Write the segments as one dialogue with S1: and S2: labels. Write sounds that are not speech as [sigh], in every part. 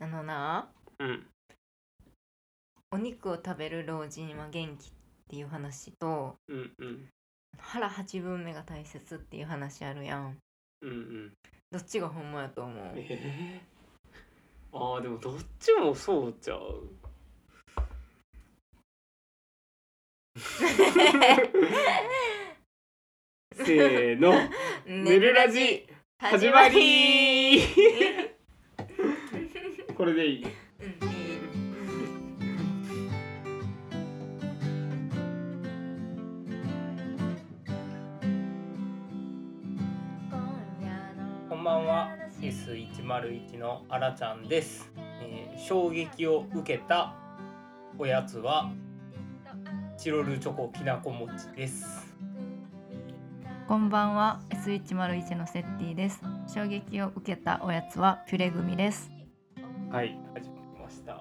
S1: あのな
S2: うん
S1: お肉を食べる老人は元気っていう話と
S2: うんうん
S1: 腹八分目が大切っていう話あるやん
S2: うんうん
S1: どっちがほんまやと思う [laughs]
S2: えー、あーでもどっちもそうちゃうせーの「ぬるラジ」始まりーこれでいい
S1: うんいい
S2: こんばんは S101 のあらちゃんです、えー衝撃を受けたおやつはチロルチョコきなこ餅です
S1: こんばんは S101 のセッティです衝撃を受けたおやつはピュレグミです
S2: はい始まりました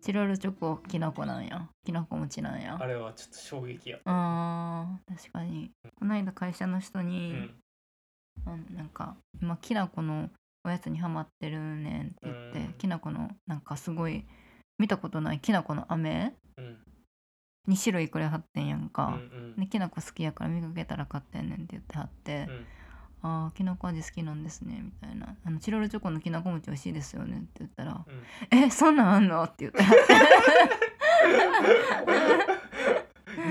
S1: チロルチョコきなこなんやきなこ餅なんや
S2: あれはちょっと衝撃や
S1: あー確かにこの間会社の人
S2: う
S1: に、
S2: ん
S1: あなんか今きなこのおやつにハマってるねんって言って、
S2: うん
S1: きなこのなんかすごい見たことないきなこの飴
S2: うん
S1: 2種類くれはってんやん
S2: うんう
S1: か、
S2: ん
S1: できなこ好きやから見かけたら買ってんねんって言ってはって
S2: う、ん
S1: ああきなこ味好きなんですねみたいなあのチロルチョコのきなこ餅美味しいですよねって言ったら
S2: う
S1: 「
S2: ん
S1: えそんなんあんの?」って言って
S2: [laughs]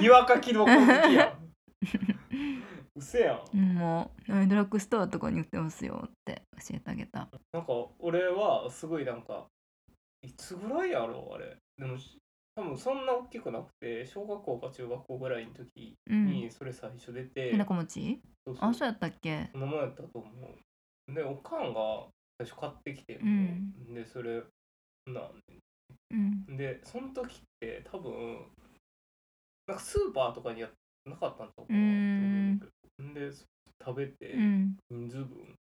S2: にわかきのこ好きやん嘘やん
S1: も [laughs] うえドラッグストアとかに売ってますよって教えてあげた
S2: なんか俺はすごいなんかいつぐらいやろうあれでもし多分そんな大きくなくて小学校か中学校ぐらいの時
S1: うん
S2: にそれ最初出て、
S1: きなこ餅
S2: そうそう
S1: あそうやったっけ
S2: そのもんやったと思うでおかんが最初買ってきて、
S1: ん
S2: でそれなん
S1: うん
S2: でその時って多分なんかスーパーとかにやなかったんちゃうか
S1: う
S2: な
S1: ーん
S2: って思うけどで食べて
S1: うん
S2: 人数分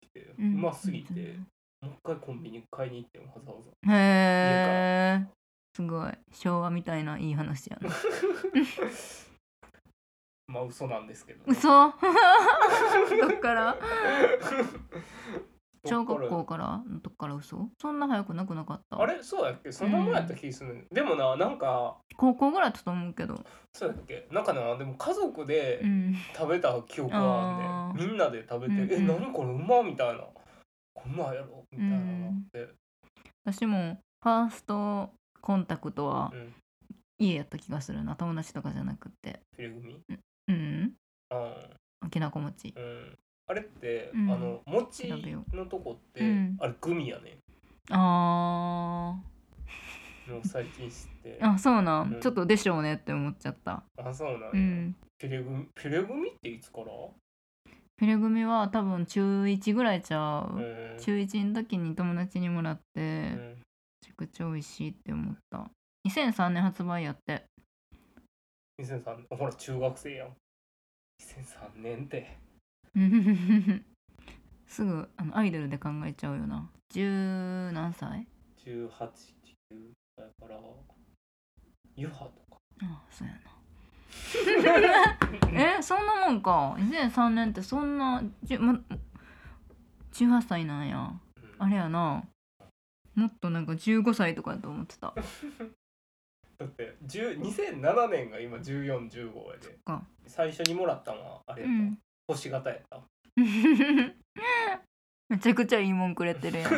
S2: 来て、うんうますぎて、もう一回コンビニ買いに行ってんわざわざ
S1: へえすごい昭和みたいないい話
S2: [laughs]
S1: やな
S2: まあ嘘なんですけど、
S1: 嘘 [laughs] どっから小学校からのとこから嘘そんな早くなくなかった
S2: あれそうだっけそんなもんやった気する、でもななんか
S1: 高校ぐらいだったと思うけど
S2: そうだっけなんかなでも家族で
S1: うん
S2: 食べた記憶があんね、ん、みんなで食べて「
S1: うんうん
S2: え何これうま」みたいな「こんなんやろ」みたいなのがあって、
S1: 私もファーストコンタクトは
S2: うん
S1: 家やった気がするな友達とかじゃなくて
S2: フィレ組
S1: うん
S2: あ,、
S1: きなこ餅
S2: うん、あれって、
S1: うん
S2: あの餅
S1: 調べよ
S2: のとこって、
S1: うん
S2: あれグミやね
S1: あ
S2: もう最近知って
S1: ーあそうなん、
S2: うん
S1: ちょっとでしょうねって思っちゃった
S2: あそうなんや、
S1: うん
S2: フィレ組フィレ組っていつから、
S1: フィレ組は多分中1ぐらいちゃ
S2: う
S1: う、
S2: ん
S1: 中1の時に友達にもらって、
S2: う
S1: め
S2: ん
S1: ちゃくちゃ美味しいって思った2003年発売やっ
S2: [laughs]
S1: て
S2: 2003年ほら中学生やん2003年って
S1: うんすぐあのアイドルで考えちゃうよな十何歳
S2: 189だからユハとか
S1: あそうやな [laughs] えそんなもんか2003年ってそんなじゅ、ま、18歳なんや
S2: うん
S1: あれやなもっとなんか15歳とかやと思ってた
S2: だって10 2007年が今1415やで
S1: か
S2: 最初にもらったのはあれ
S1: う
S2: やった、
S1: ん
S2: 星型やった
S1: めちゃくちゃいいもんくれてるやん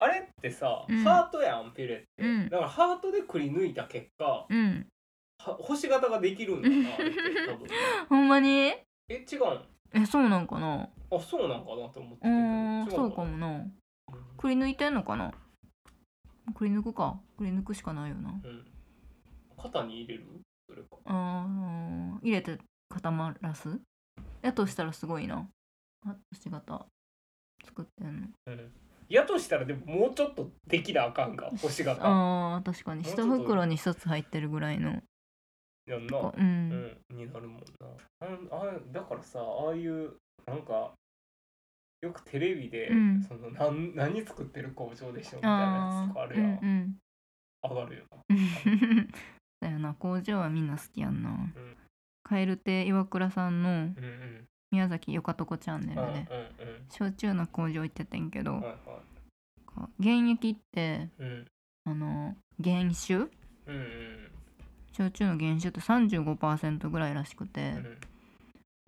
S2: あれってさ、
S1: うん
S2: ハートやんピュレって、
S1: うん
S2: だからハートでくり抜いた結果は
S1: うん
S2: 星型ができるんだよ
S1: [laughs]
S2: なあれって多分
S1: ほんまに
S2: え違うんあ
S1: えそうなんかな
S2: そうなんかなと思って
S1: うー
S2: ん
S1: ん
S2: けど違
S1: そう
S2: の
S1: かもな
S2: な
S1: くり抜いてんのかなくり抜くかくり抜くしかないよな
S2: うん肩に入れるそれか
S1: あー入れて固まらすやとしたらすごいなあ星型作ってんの
S2: やとしたらでももうちょっとできなあかんか星型や
S1: あー確かに
S2: もう
S1: 一
S2: ちょっと
S1: 袋に一つ入ってるぐらいの
S2: んな
S1: こ、う
S2: うんん、になるもんなあんあんだからさああいうなんかよくテレビで、
S1: うん
S2: そのなん何作ってる工場でしょみたいなや
S1: あー
S2: つとかあるやん、
S1: うん
S2: 上がるよ
S1: うん [laughs] だよな工場はみんな好きやんな蛙亭岩倉さんの
S2: なうんうん
S1: 宮崎よかとこチャンネ
S2: うんうん
S1: ルで
S2: うん
S1: 焼酎の工場行っててんけど
S2: はいは
S1: か原液って
S2: うん
S1: あの原酒
S2: うんうん
S1: 焼酎の原酒って35%ぐらいらしくて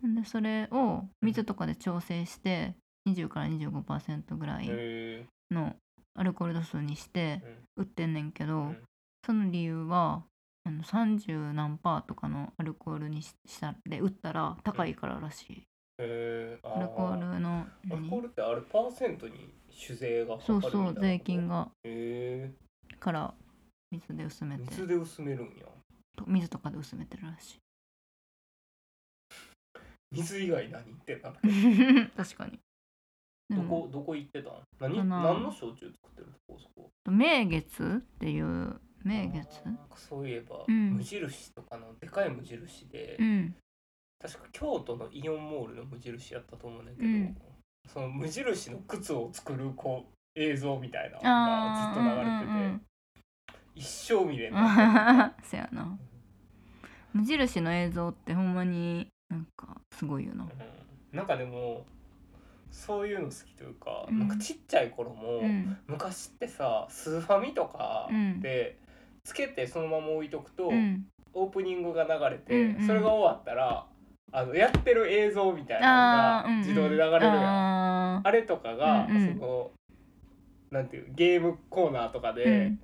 S2: う、ん
S1: でそれを水とかで調整して20から25%ぐらい
S2: へ
S1: のアルコール度数にして売ってんねんけど、
S2: うん
S1: その理由はあの30何パーとかのアルコールにししたで売ったら高いかららしい、
S2: え
S1: アルコールの
S2: アル
S1: 何
S2: コールってあれパーセントに酒税がかか
S1: そう
S2: るみたいな
S1: そう税金
S2: が
S1: が
S2: へ
S1: から水で薄め
S2: え
S1: て
S2: 水で薄めるんや
S1: と水とかで薄めてるらし
S2: 水以外何言ってたの
S1: い [laughs] 確かにで
S2: ど
S1: も
S2: こどこ行ってたん何
S1: あの
S2: 何の焼酎作ってるとこそこ
S1: 名月っていう名月
S2: あーそういえば、
S1: うん
S2: 無印とかのでかい無印で、
S1: うん
S2: 確か京都のイオンモールの無印やったと思うんだけど、
S1: うん
S2: その無印の靴を作るこう映像みたいなの
S1: あ
S2: が
S1: ー
S2: ずっと流れてて、
S1: うんうんうん
S2: 一生見れ
S1: [laughs]
S2: んな
S1: そやな無印の映像ってほんまになんかすごいよな
S2: うんなんかでもそういうの好きというか、
S1: うん
S2: なんかちっちゃい頃も、
S1: うん
S2: 昔ってさスーファミとか
S1: うん
S2: で、つけてそのまま置いとくと、
S1: うん
S2: オープニングが流れて、
S1: うんうん
S2: それが終わったらあのやってる映像みたい
S1: あ
S2: な
S1: ー
S2: のが
S1: うんうん
S2: 自動で流れるやん、
S1: あ
S2: あ
S1: ー
S2: れとかが、
S1: うんうん
S2: そのなんていうゲームコーナーとか
S1: う
S2: で
S1: ん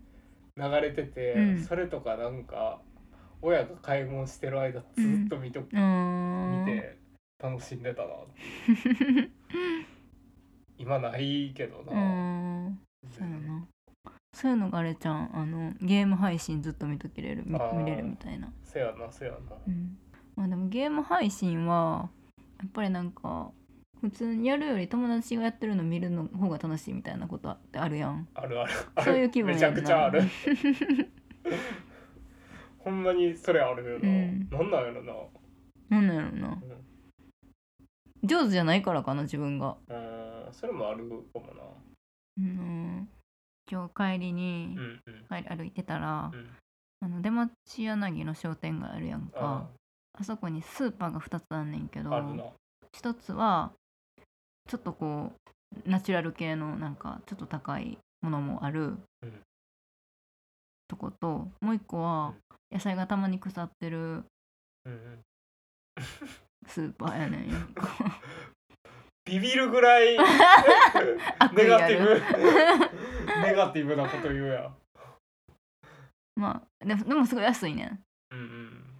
S2: 流れてて、
S1: うん
S2: それとかなんか親が買い物してる間ずっと見と、
S1: うーん
S2: 見て楽しんでたなって今ないけど
S1: う
S2: な、
S1: ーんそうやなそういうのがあれちゃんあのゲーム配信ずっと見とけれるみ
S2: あー
S1: 見れるみたいな、
S2: せやなせやな
S1: うん、まあでもゲーム配信はやっぱりなんか普通にやるより友達がやってるの見るの方が楽しいみたいなことってあるやん
S2: あるあるある
S1: そういう気分
S2: めちゃくちゃある
S1: [laughs] やん
S2: ほんまにそれあるよな、
S1: うん
S2: なんなんやろな
S1: なんなんやろな
S2: うん
S1: 上手じゃないからかな自分が
S2: うーん、それもあるかもな。
S1: うん今日帰りに
S2: うんうん
S1: 帰り歩いてたら
S2: うん。
S1: あの出町柳の商店街あるやんか
S2: あ
S1: あそこにスーパーが2つあんねんけど
S2: あるな。
S1: 一つはちょっとこうナチュラル系のなんかちょっと高いものもある
S2: うん
S1: とこともう一個は野菜がたまに腐ってる
S2: うんうん、
S1: スーパーやねんよ
S2: [laughs] ビビるぐ
S1: [laughs]
S2: らい
S1: 悪
S2: [laughs] ネ
S1: 意あ
S2: ガティ
S1: る
S2: ブネガティブなこと言うやん。
S1: まあでもでもすごい安いね
S2: うん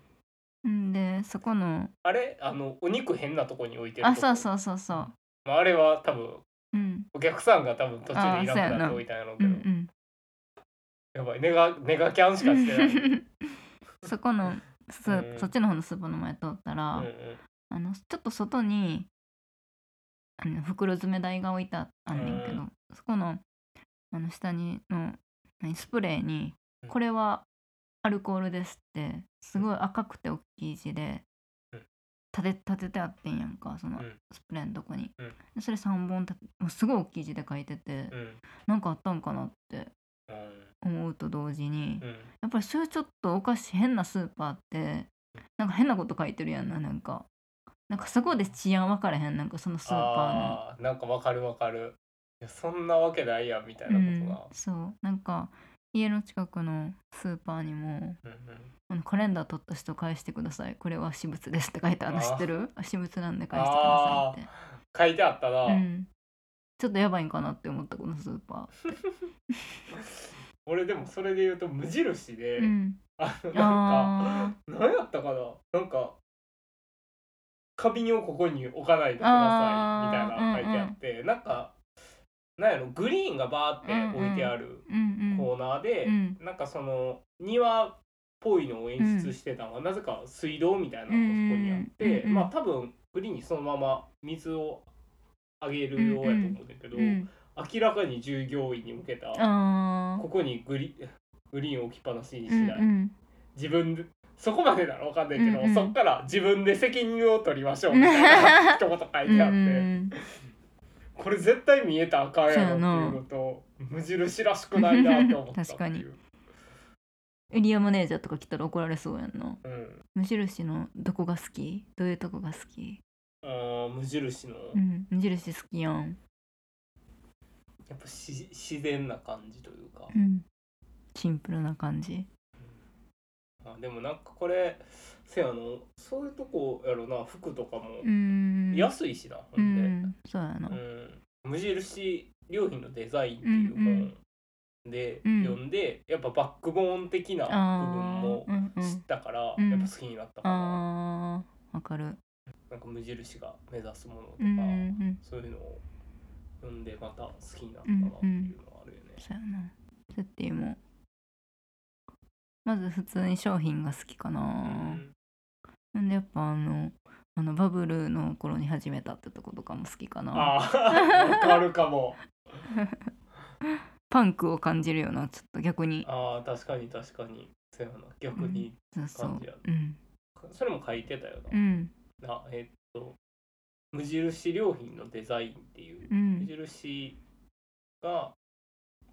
S2: うん。
S1: んんでそこの
S2: あれあのお肉変なとこに置いてる
S1: あそう
S2: う。
S1: そうそうそう
S2: まあ、あれは多分
S1: うん
S2: お客さんが多分途中でいなくなっておいたんやろう
S1: う
S2: け
S1: んう
S2: ど。
S1: ん
S2: やばいネガネガキャンし
S1: [laughs]
S2: かしてない。うん
S1: そこのスー
S2: うん
S1: そっちの方のスーパーの前通ったら、
S2: うん
S1: あのちょっと外にあの袋詰め台が置いてああんねんけど、
S2: う
S1: そこのあの下にの何スプレーに
S2: う
S1: 「
S2: ん
S1: これはアルコールです」ってすごい赤くて大きい字で
S2: うん
S1: 立て立ててあってんやんかその
S2: うん
S1: スプレーのとこに、
S2: うん
S1: でそれ3本立てもうすごい大きい字で書いてて、
S2: うん
S1: なんかあったんかなって思うと同時に、
S2: うんうん
S1: やっぱりそういうちょっとおかしい変なスーパーってなんか変なこと書いてるやんななんかなんかそこで治安分からへんなんかそのスーパ
S2: あーなんかわかるわかる。いやそんなわけないやんみたい
S1: ーの、う
S2: なこ
S1: ん
S2: とが。、
S1: そうなんか家の近くのスーパーにも
S2: うんうん
S1: あのカレンダー取った人返してくださいこれは私物ですって書いてあるの
S2: あ
S1: 知
S2: ー
S1: ってるあ私物なんで返してくださいっ
S2: 書いてあったな。
S1: て、うん、ちょっとやばいんかなって思ったこのスーパ
S2: 俺でもそれで言うと無印で、
S1: ー、うん、
S2: あのなんか
S1: あ
S2: 何やったかななんか花瓶をここに置かないでくだ
S1: あー
S2: さいみたいな書いてあって、なんかなんやろグリーンがバーって置いてある
S1: ーうん
S2: コーナーで、
S1: うんうん
S2: なんかその庭っぽいのを演出してたのが、なぜか水道みたいなのがそこにあって、
S1: うんうんうん
S2: まあ多分グリーンにそのまま水をあげるようやと思うんだけど、
S1: うんうん
S2: 明らかに従業員に向けた。
S1: あー
S2: ここにグリグリーン置きっぱなしに
S1: う
S2: し
S1: ん
S2: ない、
S1: うん
S2: 自分でそこまでならわかんないけど、
S1: うんうん
S2: そっから自分で責任を取りましょうみた
S1: [laughs]
S2: いな一言書いてあって、
S1: うんうん
S2: これ絶対見えたらあかんやろっていうのと無印らしくないなって思ったっていう
S1: 確かにエリアマネージャーとか来たら怒られそうやんな
S2: うん、
S1: 無印のどこが好きどういうとこが好き
S2: あー無印の、
S1: うん無印好きやん
S2: やっぱし自然な感じというか、
S1: うんシンプルな感じ
S2: あでもなんかこれせやのそういうとこやろな服とかも
S1: うーん
S2: 安いしな、
S1: う
S2: ほんで、
S1: んそうやな
S2: うん無印良品のデザインっていう本で
S1: うんうん
S2: 読んで、やっぱバックボーン的な部分
S1: あ
S2: も
S1: ーうんう
S2: 知っ
S1: ん
S2: たから、
S1: うん
S2: やっぱ好きになったかな,、
S1: あーわかる
S2: なんか無印が目指すものとか、
S1: うんうんうん
S2: そういうのを読んでまた好きになったなっていうのはあるよね。
S1: そうやなセッティもまず普通に商品が好きか
S2: う
S1: なんなんでやっぱあのあのバブルの頃に始めたってとことかも好きかな
S2: あーわかるかも
S1: パンクを感じるよなちょっと逆に
S2: あー確かに確かにそうやな逆に、
S1: そうそう
S2: 感じや
S1: うん
S2: それも書いてたよな
S1: う,、ん
S2: なえっと無印良品のデザインっていう
S1: う
S2: 無
S1: ん
S2: 印が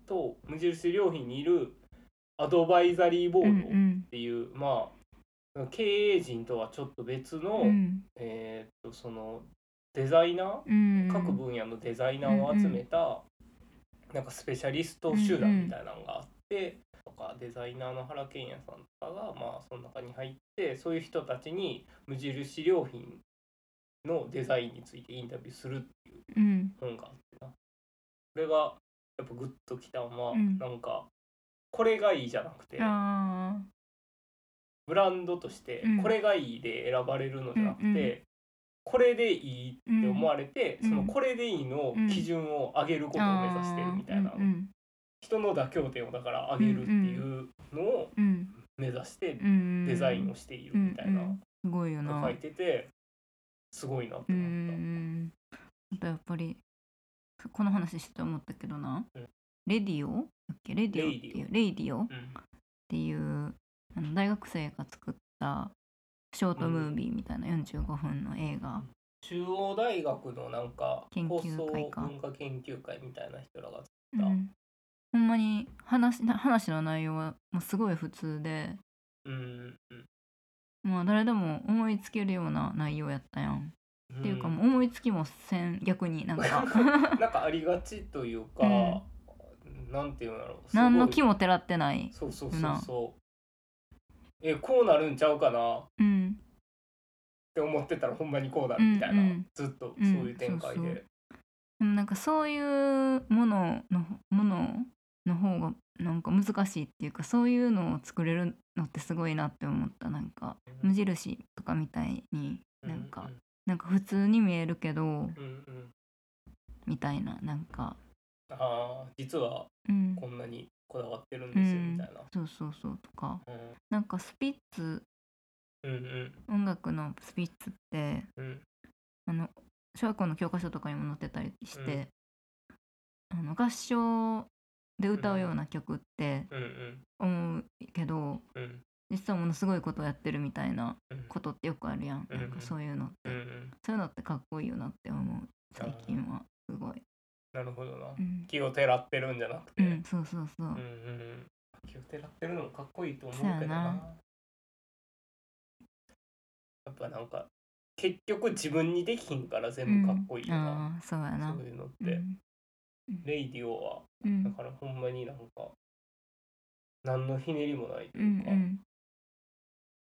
S2: と無印良品にいるアドバイザリーボ
S1: うんう
S2: ードっ
S1: ん
S2: ていう、まあ経営陣とはちょっと別の、
S1: うん
S2: えーっとそのデザイナー、
S1: うん
S2: 各分野のデザイナーを集めた、なんかスペシャリスト集団みたいなのがあって、とかデザイナーの原健也さんとかがまあその中に入ってそういう人たちに無印良品のデザインについてインタビューする
S1: うん
S2: 本があってなこれがやっぱグッときたのは、
S1: うん
S2: なんかこれがいいじゃなくて
S1: あ
S2: ブランドとして
S1: うん
S2: これがいいで選ばれるのじゃなくて、
S1: うんうん
S2: これでいいって思われて、
S1: うん
S2: そのこれでいいの基準を上げることを目指してるみたいな、
S1: うんうん
S2: 人の妥協点をだから上げるっていうのを
S1: うん
S2: 目指して
S1: うん
S2: デザインをしているみたいな
S1: うんうんすごいよ
S2: の
S1: な
S2: が書いててすごいなって
S1: う
S2: 思
S1: んう
S2: っ
S1: んあと
S2: た。
S1: やっぱりこの話して思ったけどな、
S2: うん
S1: レディオだっけレディオっていうレイディオっ
S2: うん
S1: ていうあの大学生が作ったショートムービーみたいな45分の映画、
S2: 中央大学のなんか
S1: 研
S2: 放
S1: 究会
S2: 送
S1: か
S2: 文化研究会みたいな人らが
S1: う
S2: うん
S1: ん、ほんまに話な [laughs] 話の内容はもうすごい普通で、
S2: うんうん
S1: まあ、誰でも思いつけるような内容やったやん、
S2: うん
S1: っていうかもう思いつきもせん逆に [laughs] なんか
S2: なんかありがちというか、なんていうんだろう
S1: 何の気
S2: も
S1: もてらってない、
S2: そうそうそうそうえこうなるんちゃうかなっ
S1: うん、
S2: て思ってたらほんまにこうなるみたいな、
S1: うんうん
S2: ずっと
S1: う
S2: そうんいう展開で、
S1: そうでもなんかそういうもののものの方がなんか難しいっていうかそういうのを作れるのってすごいなって思ったなんか無印とかみたいになんかなんか普通に見えるけど
S2: うんうん、うんうん
S1: みたいななんか
S2: あー実は
S1: うん
S2: こんなにこだわってるんですよみたい
S1: そうそうそうとかな
S2: な、
S1: んかスピッツ
S2: うん、うん
S1: 音楽のスピッツって
S2: うんうん
S1: あの小学校の教科書とかにも載ってたりし
S2: う
S1: て、あの合唱で歌うような曲って
S2: うんうん
S1: 思うけど、
S2: うん
S1: 実はものすごいことをやってるみたいな
S2: うん
S1: ことってよくあるやん、
S2: うん
S1: なんかそういうのって、
S2: うんうん
S1: そういうのってかっこいいよなって思う最近はすごい、
S2: なるほどな
S1: うん、
S2: 気をてらってるんじゃなく
S1: う
S2: て、
S1: ん、そうそうそう、
S2: うんうん、気をてらってるのもかっこいいと思う
S1: そうや
S2: けどな
S1: な
S2: やっぱなんか結局自分にできひんから全部かっこいいよな、
S1: ああそうやな
S2: そういうのって、
S1: うん
S2: レイディオは
S1: う
S2: だ
S1: ん
S2: からほんまになんか何のひねりもないと
S1: うんう
S2: いうか、
S1: ん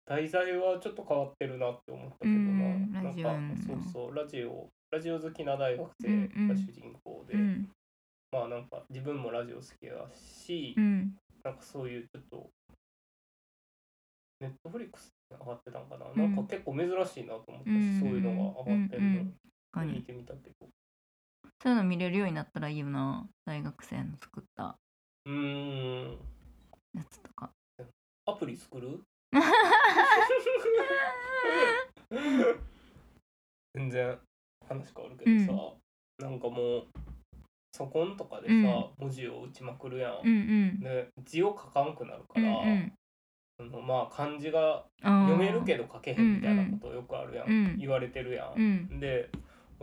S2: 題材はちょっと変わってるなって思ったけど
S1: うん
S2: な,、
S1: ラジオ
S2: なんか
S1: の
S2: そうそうラジオラジオ好きな大学生が主人公で、
S1: うん
S2: まあなんか自分もラジオ好きだし、
S1: うん
S2: なんかそういうちょっと、ネットフリックスに上がってたんかな、
S1: うん
S2: なんか結構珍しいなと思ったし、
S1: うん
S2: そういうのが上がってる
S1: うんう
S2: の
S1: ん、確か
S2: 見
S1: に
S2: てみたけど。
S1: そういうの見れるようになったらいいよな大学生の作った
S2: うーん、
S1: やつと
S2: [laughs]
S1: か
S2: アプリ
S1: [laughs]
S2: 作る全然話変わるけどさ、なんかもう、そこんとかでさ、文字を打ちまくるや。
S1: うんうんん
S2: で字を書かんくなるか
S1: うん
S2: ら、
S1: うん
S2: そのまあ漢字が
S1: あー
S2: 読めるけど書けへんみたいなことよくあるやん、
S1: うん
S2: 言われてるや、
S1: うんん
S2: で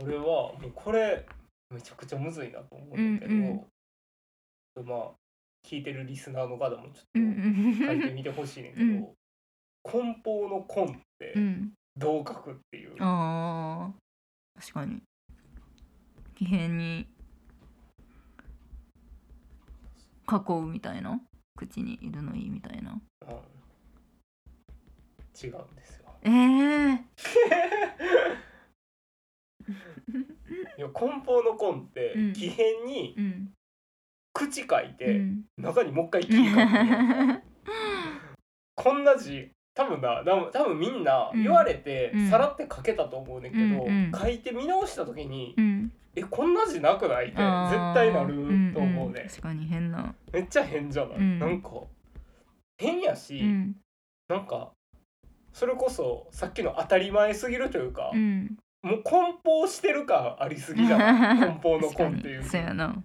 S2: 俺はもうこれめちゃくちゃむずいなと思うんだけど、
S1: うん
S2: まあ聞いてるリスナーの方もち
S1: う
S2: ょっ
S1: ん
S2: と書いてみてほしいねんけど、
S1: うん
S2: 梱包の梱って
S1: うん
S2: どう書くっていう、
S1: あー確かに奇変に囲うみたいな口にいるのいいみたいな
S2: うん、違うんですよ
S1: えー、
S2: いや梱包の根って
S1: うん
S2: 木片に
S1: うん
S2: 口書いうて
S1: ん
S2: 中にもう一回木書く
S1: [laughs]
S2: のこんな字多分な多分多分みんな
S1: うん
S2: 言われて
S1: うん
S2: さらって書けたと思うねんけど、
S1: うんうん
S2: 書いて見直した時に
S1: う、ん
S2: えこんな字なくないって絶
S1: あー
S2: 対なると思うね、
S1: んん確かに変な
S2: めっちゃ変じゃない、
S1: うん
S2: なんか変やし、
S1: うん
S2: なんかそれこそさっきの当たり前すぎるというか、
S1: うん
S2: もう梱包してる感ありすぎじゃない
S1: [laughs]
S2: 梱包の
S1: 確か
S2: 根ってい
S1: に
S2: う
S1: そうやな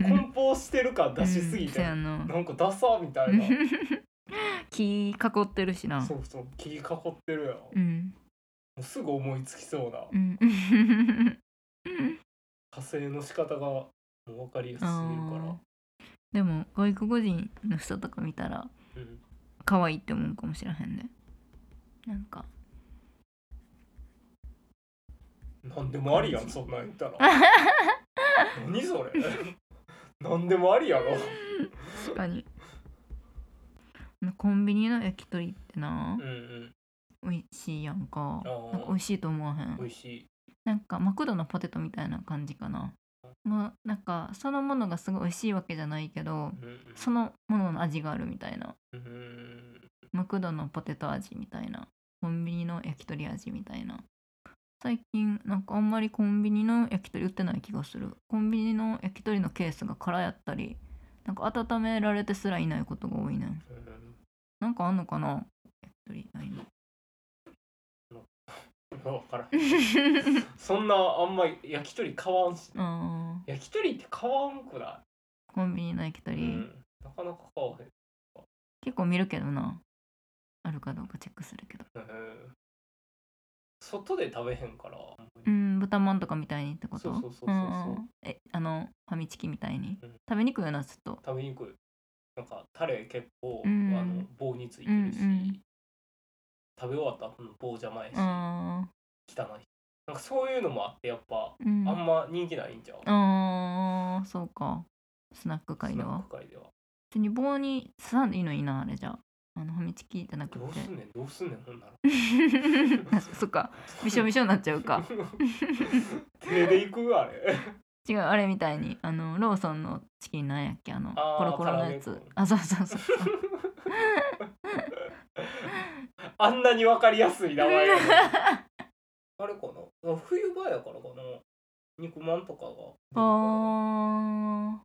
S2: 梱包してる感出しすぎて、
S1: うんそうやな [laughs]
S2: なんかダサみたいな
S1: 木囲ってるしな
S2: [laughs] そうそう切り囲ってるやんも
S1: うん
S2: うすぐ思いつきそうな
S1: うん
S2: 火星の仕方がもう分かりやすすぎるから
S1: あーでも外国人の人とか見たら
S2: うん
S1: 可愛いって思うかもしれへんねなんか
S2: 何でもありやんそんなん言 [laughs] ったら何それ [laughs] 何でもありやろ
S1: 確か
S2: [laughs]
S1: にコンビニの焼き鳥ってな
S2: うんうん
S1: 美味しいやんか
S2: あー
S1: なんか美味しいと思わへ
S2: 美
S1: ん
S2: 味しい
S1: なんかマクドのポテトみたいな感じかなもうなんかそのものがすごい美味しいわけじゃないけど
S2: うんうん
S1: そのものの味があるみたいな
S2: うん
S1: マクドのポテト味みたいなコンビニの焼き鳥味みたいな最近なんかあんまりコンビニの焼き鳥売ってない気がするコンビニの焼き鳥のケースが空やったりなんか温められてすらいないことが多いねん
S2: うん
S1: なんかあんのかな焼き鳥ないの
S2: 分からへんそんなあんま焼き鳥買わんし
S1: あー
S2: 焼き鳥って買わんくな
S1: コンビニの焼き
S2: い、
S1: 鳥、
S2: うんなかなか買わへん
S1: 結構見るけどなあるかどうかチェックするけど
S2: うん外で食べへんから、
S1: うん豚まんとかみたいにってこと
S2: そうそうそうそうそうん
S1: んえあのファミチキみたいに、
S2: うん
S1: 食べにくいよなちょっと
S2: 食べにくいなんかタレ結構、
S1: うん
S2: あの棒についてるし、
S1: うんうん
S2: 食べ終わった後の棒じゃないし、
S1: あ
S2: 汚いしなんかそういうのもあってやっぱ、
S1: ーうん
S2: あんま人気ないんちゃう
S1: あーそうかスナック界では
S2: スナック界では
S1: 別に棒に刺さんでいいのいいなあれじゃあのファミチキじゃなく
S2: どう
S1: て
S2: すんねんどうすんねんほんなら
S1: あ [laughs] そっかびしょびしょになっちゃうか
S2: [laughs] 手でいくあれ
S1: 違うあれみたいにあのローソンのチキンなんやっけあの
S2: あー
S1: コロコロのや
S2: 唐揚
S1: つ
S2: げ粉
S1: あそうそうそう
S2: あんなにわかりやすい名
S1: [laughs]
S2: 前やのにあれかな冬場やからかな肉まんとかが出る
S1: あ
S2: から
S1: ー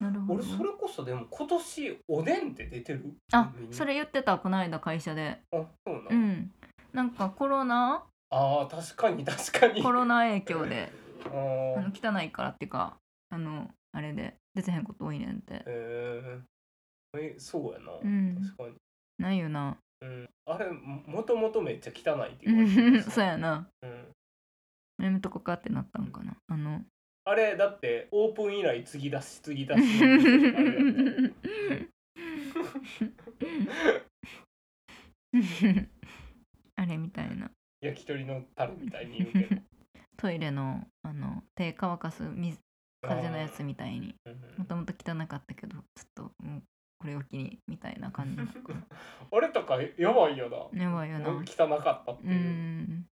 S1: なるほど
S2: 俺それこそでも今年おでんって出てる
S1: あ
S2: コンビニ
S1: それ言ってたこの間会社で
S2: あそうなん、
S1: うんなんかコロ
S2: [laughs]
S1: ナ
S2: あー確かに確かに
S1: コロナ影響で
S2: あ
S1: あ
S2: ー
S1: の汚いからっていうかあのあれで出てへんこと多いねんって
S2: えー、えそうやな、
S1: うん
S2: 確かに、
S1: ないよな
S2: うん、あれももともとめっちゃ汚いって
S1: う
S2: 言われて
S1: ん
S2: る
S1: [laughs] そうやな
S2: うん
S1: やめとこかってなったんかなあの
S2: あれだってオープン以来継ぎ出し継ぎ出し
S1: [laughs] あれみたいな
S2: 焼き鳥のタレみたいに言うけど
S1: トイレのあの手乾かす水 [laughs] 風のやつみたいに
S2: うん
S1: もともと汚かったけどちょっともうこれを機にみたいな感じなの [laughs] か
S2: [laughs] あれとかやばいよ
S1: なやばいよ
S2: な
S1: な
S2: 汚
S1: う
S2: かったって
S1: ー
S2: いう、
S1: ん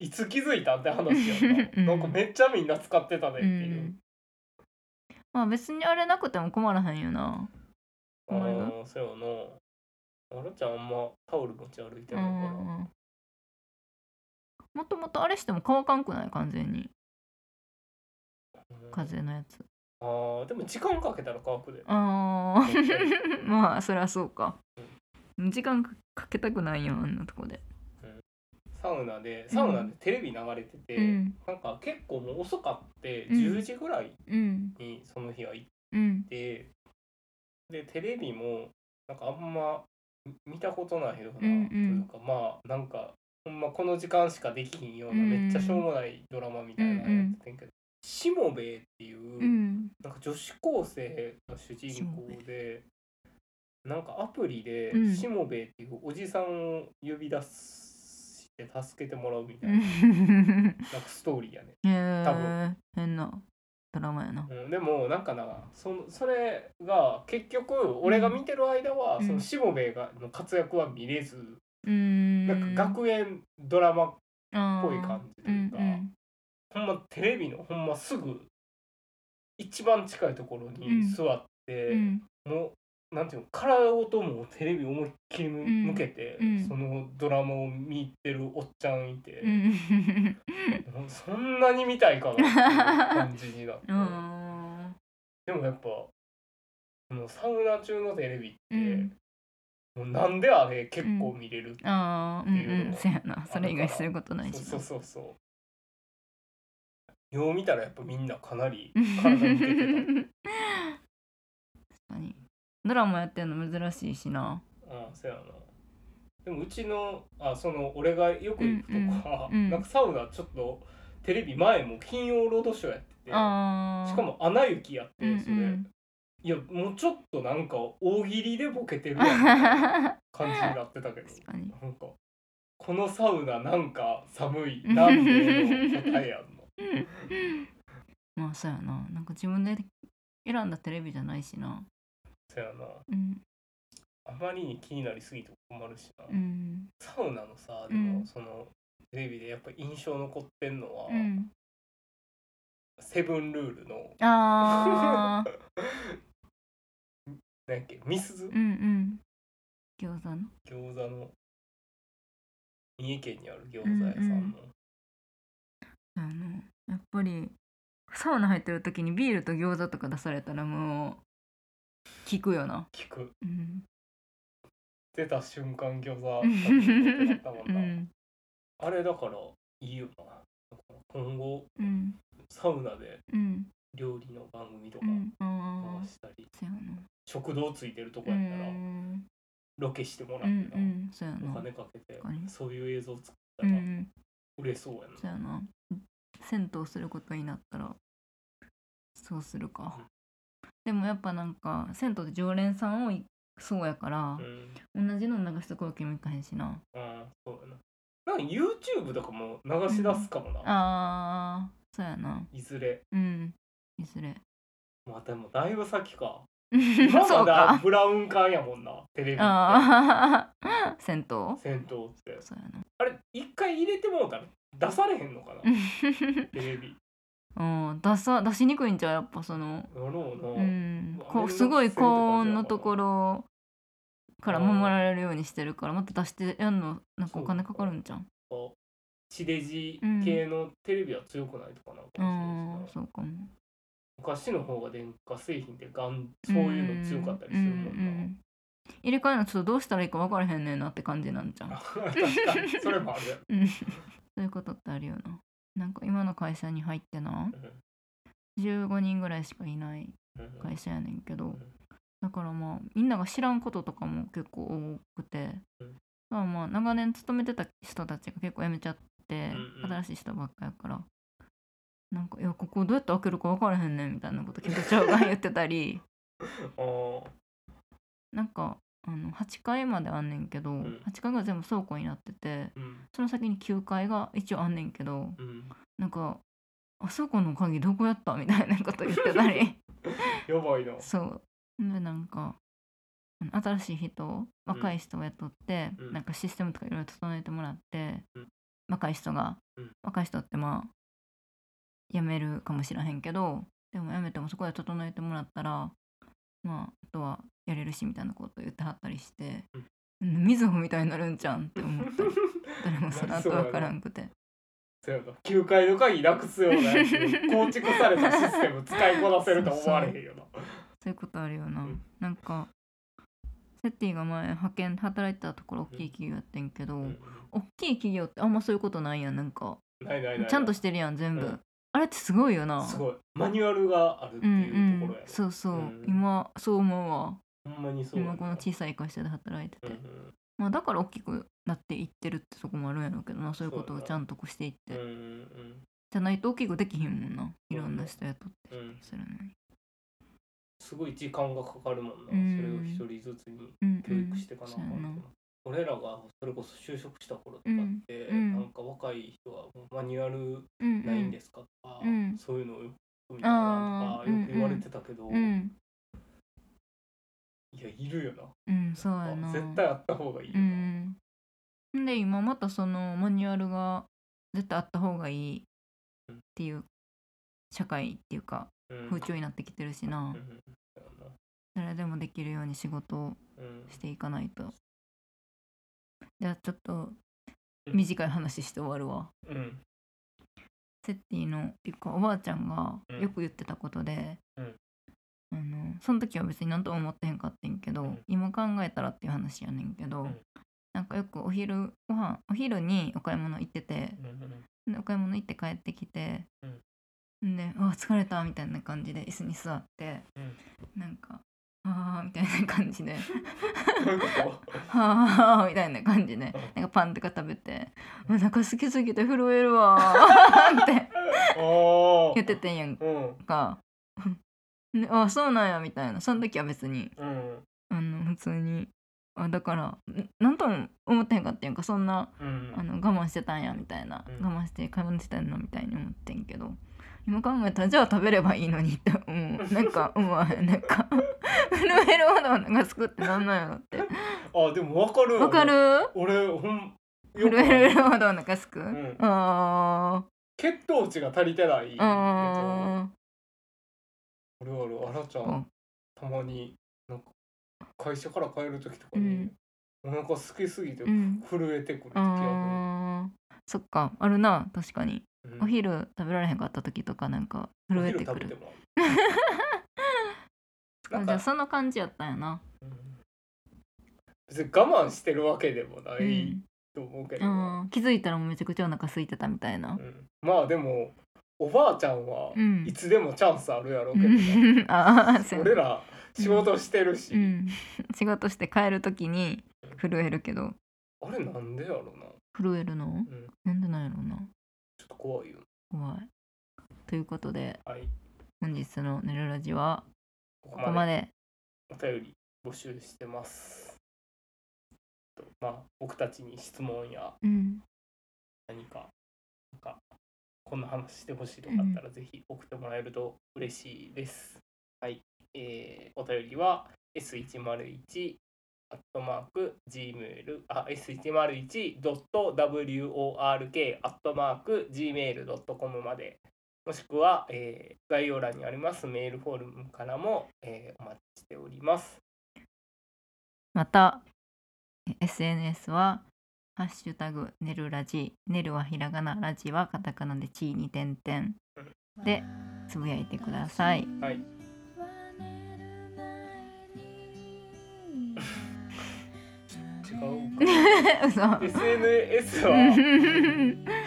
S2: いつ気づいたんって話やな,、
S1: [laughs] うん
S2: なんかめっちゃみんな使ってたねっ
S1: う、
S2: ていうん
S1: まあ別にあれなくても困らへんよな
S2: あ
S1: うん
S2: あそうやなあらちゃんあんまタオル持ち歩いて
S1: う
S2: ないから、
S1: んもともとあれしても乾かんくない完全に
S2: うん
S1: 風のやつ
S2: ああでも時間かけたら
S1: [laughs]
S2: 乾くで
S1: あ
S2: 絶対
S1: あまあそりゃそうか時間かけたくないよあんなとこで、
S2: サウナでサウナでテレビ流れてて、
S1: うん
S2: なんか結構もう遅かって
S1: うん
S2: 10時ぐらい
S1: うん
S2: にその日は行っ
S1: うん
S2: てでテレビもなんかあんま見たことないような、
S1: うんうん
S2: というかまあなんかほんまこの時間しかできひんような、
S1: うんうん
S2: めっちゃしょうもないドラマみたいなのやっててんけど、しもべえっていう、
S1: うん
S2: なんか女子高生が主人公でなんかアプリで
S1: うん
S2: しもべえっていうおじさんを呼び出して
S1: [laughs]
S2: 助けてもらうみたいな,、なんかストーリーやね
S1: へえ変なドラマやな
S2: うん、でもなんかなそそれが結局俺が見てる間は、
S1: うん
S2: そのしもべえがの活躍は見れず、
S1: うーん
S2: なんか学園ドラマっぽい感じと
S1: う
S2: いうんか、
S1: うん
S2: ほんまテレビのほんますぐ一番近いところ
S1: うん
S2: に座って、
S1: うん
S2: もうなんていうの体ごともうテレビ思いっきりむ
S1: うん
S2: 向けて、
S1: うん
S2: そのドラマを見てるおっちゃんいて。
S1: うん
S2: うんそんなに見たいかなっていう感じになっ
S1: [laughs]
S2: て、
S1: あ
S2: でもやっぱこのサウナ中のテレビって、
S1: うん
S2: もうなんであれ結構見れる、
S1: ーあーうんうんそやなそれ以外することないし
S2: そう
S1: な
S2: そうそうそうよう見たらやっぱみんなかな
S1: [laughs]
S2: り体向けて
S1: 確かにドラマやってんの珍しいしな
S2: たあそうやなでもうちのあその俺がよく行くとこは、
S1: うんうんうん
S2: なんかサウナちょっとテレビ前も金曜ロードショーやっててしか
S1: あー
S2: も「アナ雪」やって
S1: うんうん
S2: それ、いやもうちょっとなんか大喜利でボケてるやんみたいな感じになってたけど
S1: 確かに
S2: なんかこのサウナなんか寒いなんでの答え
S1: [laughs]
S2: やんの
S1: まあそうやななんか自分で選んだテレビじゃないしな
S2: そやな
S1: うん
S2: あまりに気になりすぎて困るしな、
S1: うん
S2: サウナのさでも
S1: うん
S2: そのテレビでやっぱ印象残ってんのは、
S1: うん
S2: セブンルールの
S1: あー
S2: 何やっけミスズ
S1: うんうん餃子の
S2: 餃子の三重県にある餃子屋さんの、
S1: あのやっぱりサウナ入ってる時にビールと餃子とか出されたらもう効くよな
S2: 聞く
S1: うん、
S2: 出た瞬間餃子
S1: う
S2: 食べに行ってたも
S1: [laughs]
S2: んな、
S1: ん
S2: あれだからいいよな。だから今後
S1: うん
S2: サウナで
S1: うん
S2: 料理の番組とか
S1: うんあ
S2: 回
S1: あ
S2: したり、
S1: そうやな
S2: 食堂ついてるとこ
S1: う
S2: やったら
S1: ん
S2: ロケしてもらっ
S1: う
S2: て
S1: んう
S2: な、
S1: んそうやな
S2: お金かけて
S1: 確かに
S2: そういう映像作っ
S1: う
S2: た
S1: んう
S2: ら
S1: ん
S2: 売れそうや
S1: そうやな銭湯することになったらそうするかでもやっぱなんか銭湯で常連さん多いそうやから
S2: な。う、ん、
S1: 同じの流しとくわけにもいかへんしな
S2: ああそうやな。なんか YouTube とかも流し出すかもな。
S1: あーそうやない
S2: ずれ。
S1: うんいずれ
S2: まあでもだいぶ先か。
S1: [laughs]
S2: 今
S1: そ
S2: ま
S1: う
S2: だ
S1: か。
S2: ブラウン管やもんな、テレビって。
S1: ああ、戦闘。
S2: 戦闘って。
S1: そうや
S2: あれ、一回入れてもうたら出されへんのか
S1: な。
S2: な、テレビ。
S1: うん、出さ、出しにくいんちゃう、やっぱその。
S2: なるほど
S1: う
S2: な。
S1: ん
S2: う、わ
S1: こ
S2: 面倒く
S1: う、
S2: せえ
S1: すごい
S2: って感じや
S1: 高
S2: もん
S1: 音
S2: な
S1: のところ。から守られるようにしてるから、また出してやんの、なんかお金かかるんじゃん。
S2: こう地デジ系のテレビは強くないとかなんか
S1: う
S2: もしれないしな、
S1: ん、そうかも。
S2: 昔の方が電化製品ってがんそういうの強かったりするも
S1: うんうんうんん入れ替えるのちょっとどうしたらいいか分からへんねんなって感じなんじゃん
S2: な。。確かにそれもあるやん
S1: うんそういうことってあるよな。なんか今の会社に入ってな15人ぐらいしかいない
S2: うん
S1: 会社やねんけど、
S2: ん
S1: だからまあみんなが知らんこととかも結構多くて、
S2: うん
S1: だからまあ長年勤めてた人たちが結構辞めちゃって、
S2: うんうん
S1: 新しい人ばっかやからなんか「いやここどうやって開けるか分からへんねん」みたいなこと局長が言ってた
S2: [laughs]
S1: り
S2: あー
S1: なんかあの8階まであんねんけど、
S2: ん
S1: 8階が全部倉庫になってて
S2: うん
S1: その先に9階が一応あんねんけど
S2: うん
S1: なんか「あそこの鍵どこやった?」みたいなこと言ってたり。
S2: やばいな
S1: そうでなんかあの新しい人若い人を雇って、
S2: うん
S1: なんかシステムとかいろいろ整えてもらって、
S2: うん
S1: 若い人が、
S2: うん
S1: 若い人ってまあ辞めるかもしらへんけどでも辞めてもそこで整えてもらったらまああとはやれるしみたいなこと言ってはったりして、うん、みずほみたいになるんじゃんって思
S2: [laughs]
S1: ったり誰もその後分からんくて
S2: そうやな9階の鍵なくすようなやつ構築されたシステム使いこなせると思われへんよな
S1: そういうことあるよな、
S2: うん
S1: なんかセッティが前派遣で働いてたところ大きい企業やってんけど、
S2: うん
S1: 大きい企業ってあんまそういうことないやんなんか
S2: ないないない
S1: ちゃんとしてるやん全部、
S2: うん
S1: あれってすごいよな
S2: すごいマニュアルがあるって
S1: うん
S2: いうとこ
S1: う
S2: ろ
S1: ん
S2: やな
S1: そうそう、
S2: うん
S1: 今そう思うわ
S2: ほんまにそうやな
S1: 今この小さい会社で働いてて、
S2: うん
S1: まあだから大きくなっていってるってとこもあるんやろうけどなそういうことをちゃんとこうしていって、
S2: うんうん
S1: じゃないと大きくできひんもんな
S2: う
S1: い
S2: や
S1: ろ
S2: なん
S1: な人雇って
S2: うんうん
S1: するのに
S2: すごい時間がかかるもんな、
S1: うん
S2: それを一人ずつに
S1: うん
S2: 教育していかなあかん
S1: うんそ
S2: け
S1: う
S2: ど
S1: やな
S2: 俺らがそれこそ就職した頃とかって、
S1: うんうん
S2: なんか若い人はもうマニュアル
S1: うんうん
S2: ないんですかとか、
S1: うん
S2: そういうのをよみたいなのとか
S1: あー
S2: よく言われてたけど、
S1: うん
S2: いやいるよな
S1: うんそうやな
S2: 絶対あった方がいいよ
S1: う
S2: な、
S1: んで今またそのマニュアルが絶対あった方がいいっていう社会っていうか
S2: うん
S1: 風潮になってきてるしな
S2: うんうんそうやな
S1: 誰でもできるように仕事を
S2: うん
S1: していかないとじゃあちょっと短い話して終わるわ
S2: うん
S1: セッティのっていうかおばあちゃんが
S2: うん
S1: よく言ってたことで、
S2: うん
S1: あのその時は別に何とも思ってへんかってんけど、
S2: うん
S1: 今考えたらっていう話やねんけど、
S2: うん
S1: なんかよくお昼ご飯お昼にお買い物行ってて
S2: うんうん
S1: でお買い物行って帰ってきて、ん、で「あ疲れた」みたいな感じで椅子に座って、
S2: うん
S1: なんか「ああ」みたいな感じで [laughs]
S2: どういうこ
S1: はあみたいな感じで
S2: う
S1: な
S2: ん
S1: んかパンとか食べて「お腹すきすぎて震えるわ」って
S2: とおー
S1: 言っててんやん
S2: うん
S1: か [laughs] 「であそうなんや」みたいなその時は別に
S2: うん
S1: あの普通に「あだからんなんとも思ってへんかったやんかそんな
S2: うん
S1: あの我慢してたんや」みたいな
S2: うん
S1: 我慢して買い物してたんやみたいに思ってんけど。今考えたらじゃあ食べればいいのにって思
S2: [laughs]
S1: うなんか思わへんなんか震えるほどお腹すくってなんなんやろって
S2: あでもわかる
S1: わかる
S2: 俺ほんよく
S1: 震
S2: あ
S1: える
S2: る
S1: ほどお腹すく、
S2: ん
S1: あ
S2: 血糖値が足りてな
S1: ー
S2: い
S1: あ
S2: 俺は俺あらちゃ
S1: うん
S2: んたまになんか会社から帰る時とか
S1: う
S2: に
S1: ん
S2: お腹空きすぎて
S1: ーうん
S2: 震えてくる時あ
S1: あーそっかあるな確かに、
S2: るうん
S1: お昼食べられへんかった時とかなんか震えてく
S2: お昼食
S1: る [laughs]
S2: べも
S1: あじゃ
S2: な
S1: あ
S2: んか
S1: その感じやったんやな、
S2: うん別に我慢してるわけでもな
S1: う
S2: い
S1: ん
S2: と思うけどな
S1: あー気づいたらもうめちゃくちゃお腹空いてたみたいな
S2: う、んまあでもおばあちゃんは
S1: うん
S2: いつでもチャンスあるやろう
S1: う
S2: けどなん
S1: [laughs] ああそう
S2: 俺ら仕事してるし、
S1: うん、仕事して帰る時に震えるけど
S2: あれなんでやろな、
S1: 震えるの
S2: うん、
S1: なんでなんやろうな
S2: ちょっと怖いよ
S1: 怖いということで
S2: はい
S1: 本日の「ねるラジ」は
S2: こ
S1: ここまで
S2: お便り募集してますとまあ僕たちに質問や
S1: うん
S2: 何かなんかこんな話してほしいとかあったらぜひ送ってもらえると嬉しいです、はい、えー、お便りは s101 アットマーク gmail あ s101.work アットマーク gmail.com までもしくは、えー概要欄にありますメールフォームからも、えーお待ちしております
S1: またえ SNS は「ハッシュタグねるラジ」「ねる」はひらがな「ラジ」はカタカナで「チー」に点々でつぶやいてください
S2: はい違うか
S1: [laughs] 嘘 [laughs]
S2: SNS は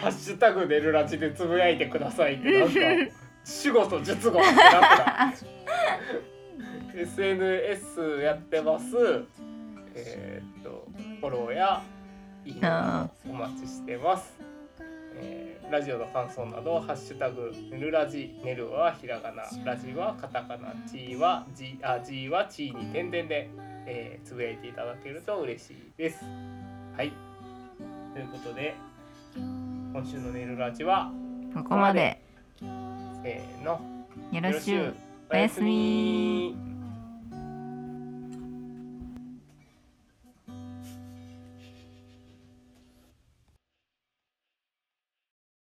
S2: 「ハッシュタグでるラジ」でつぶやいてくださいってなんか主語と述語ってなってた SNS やってますえーっとフォローやいいね
S1: あ
S2: お待ちしてます、えーラジオの感想などはハッシュタグねるラジねるはひらがなラジはカタカナチーはジあジーはチーに点々で、えーつぶやいていただけると嬉しいですはいということで今週のねるラジは
S1: [laughs] ここまで
S2: せーの
S1: よろしゅう
S2: おやすみ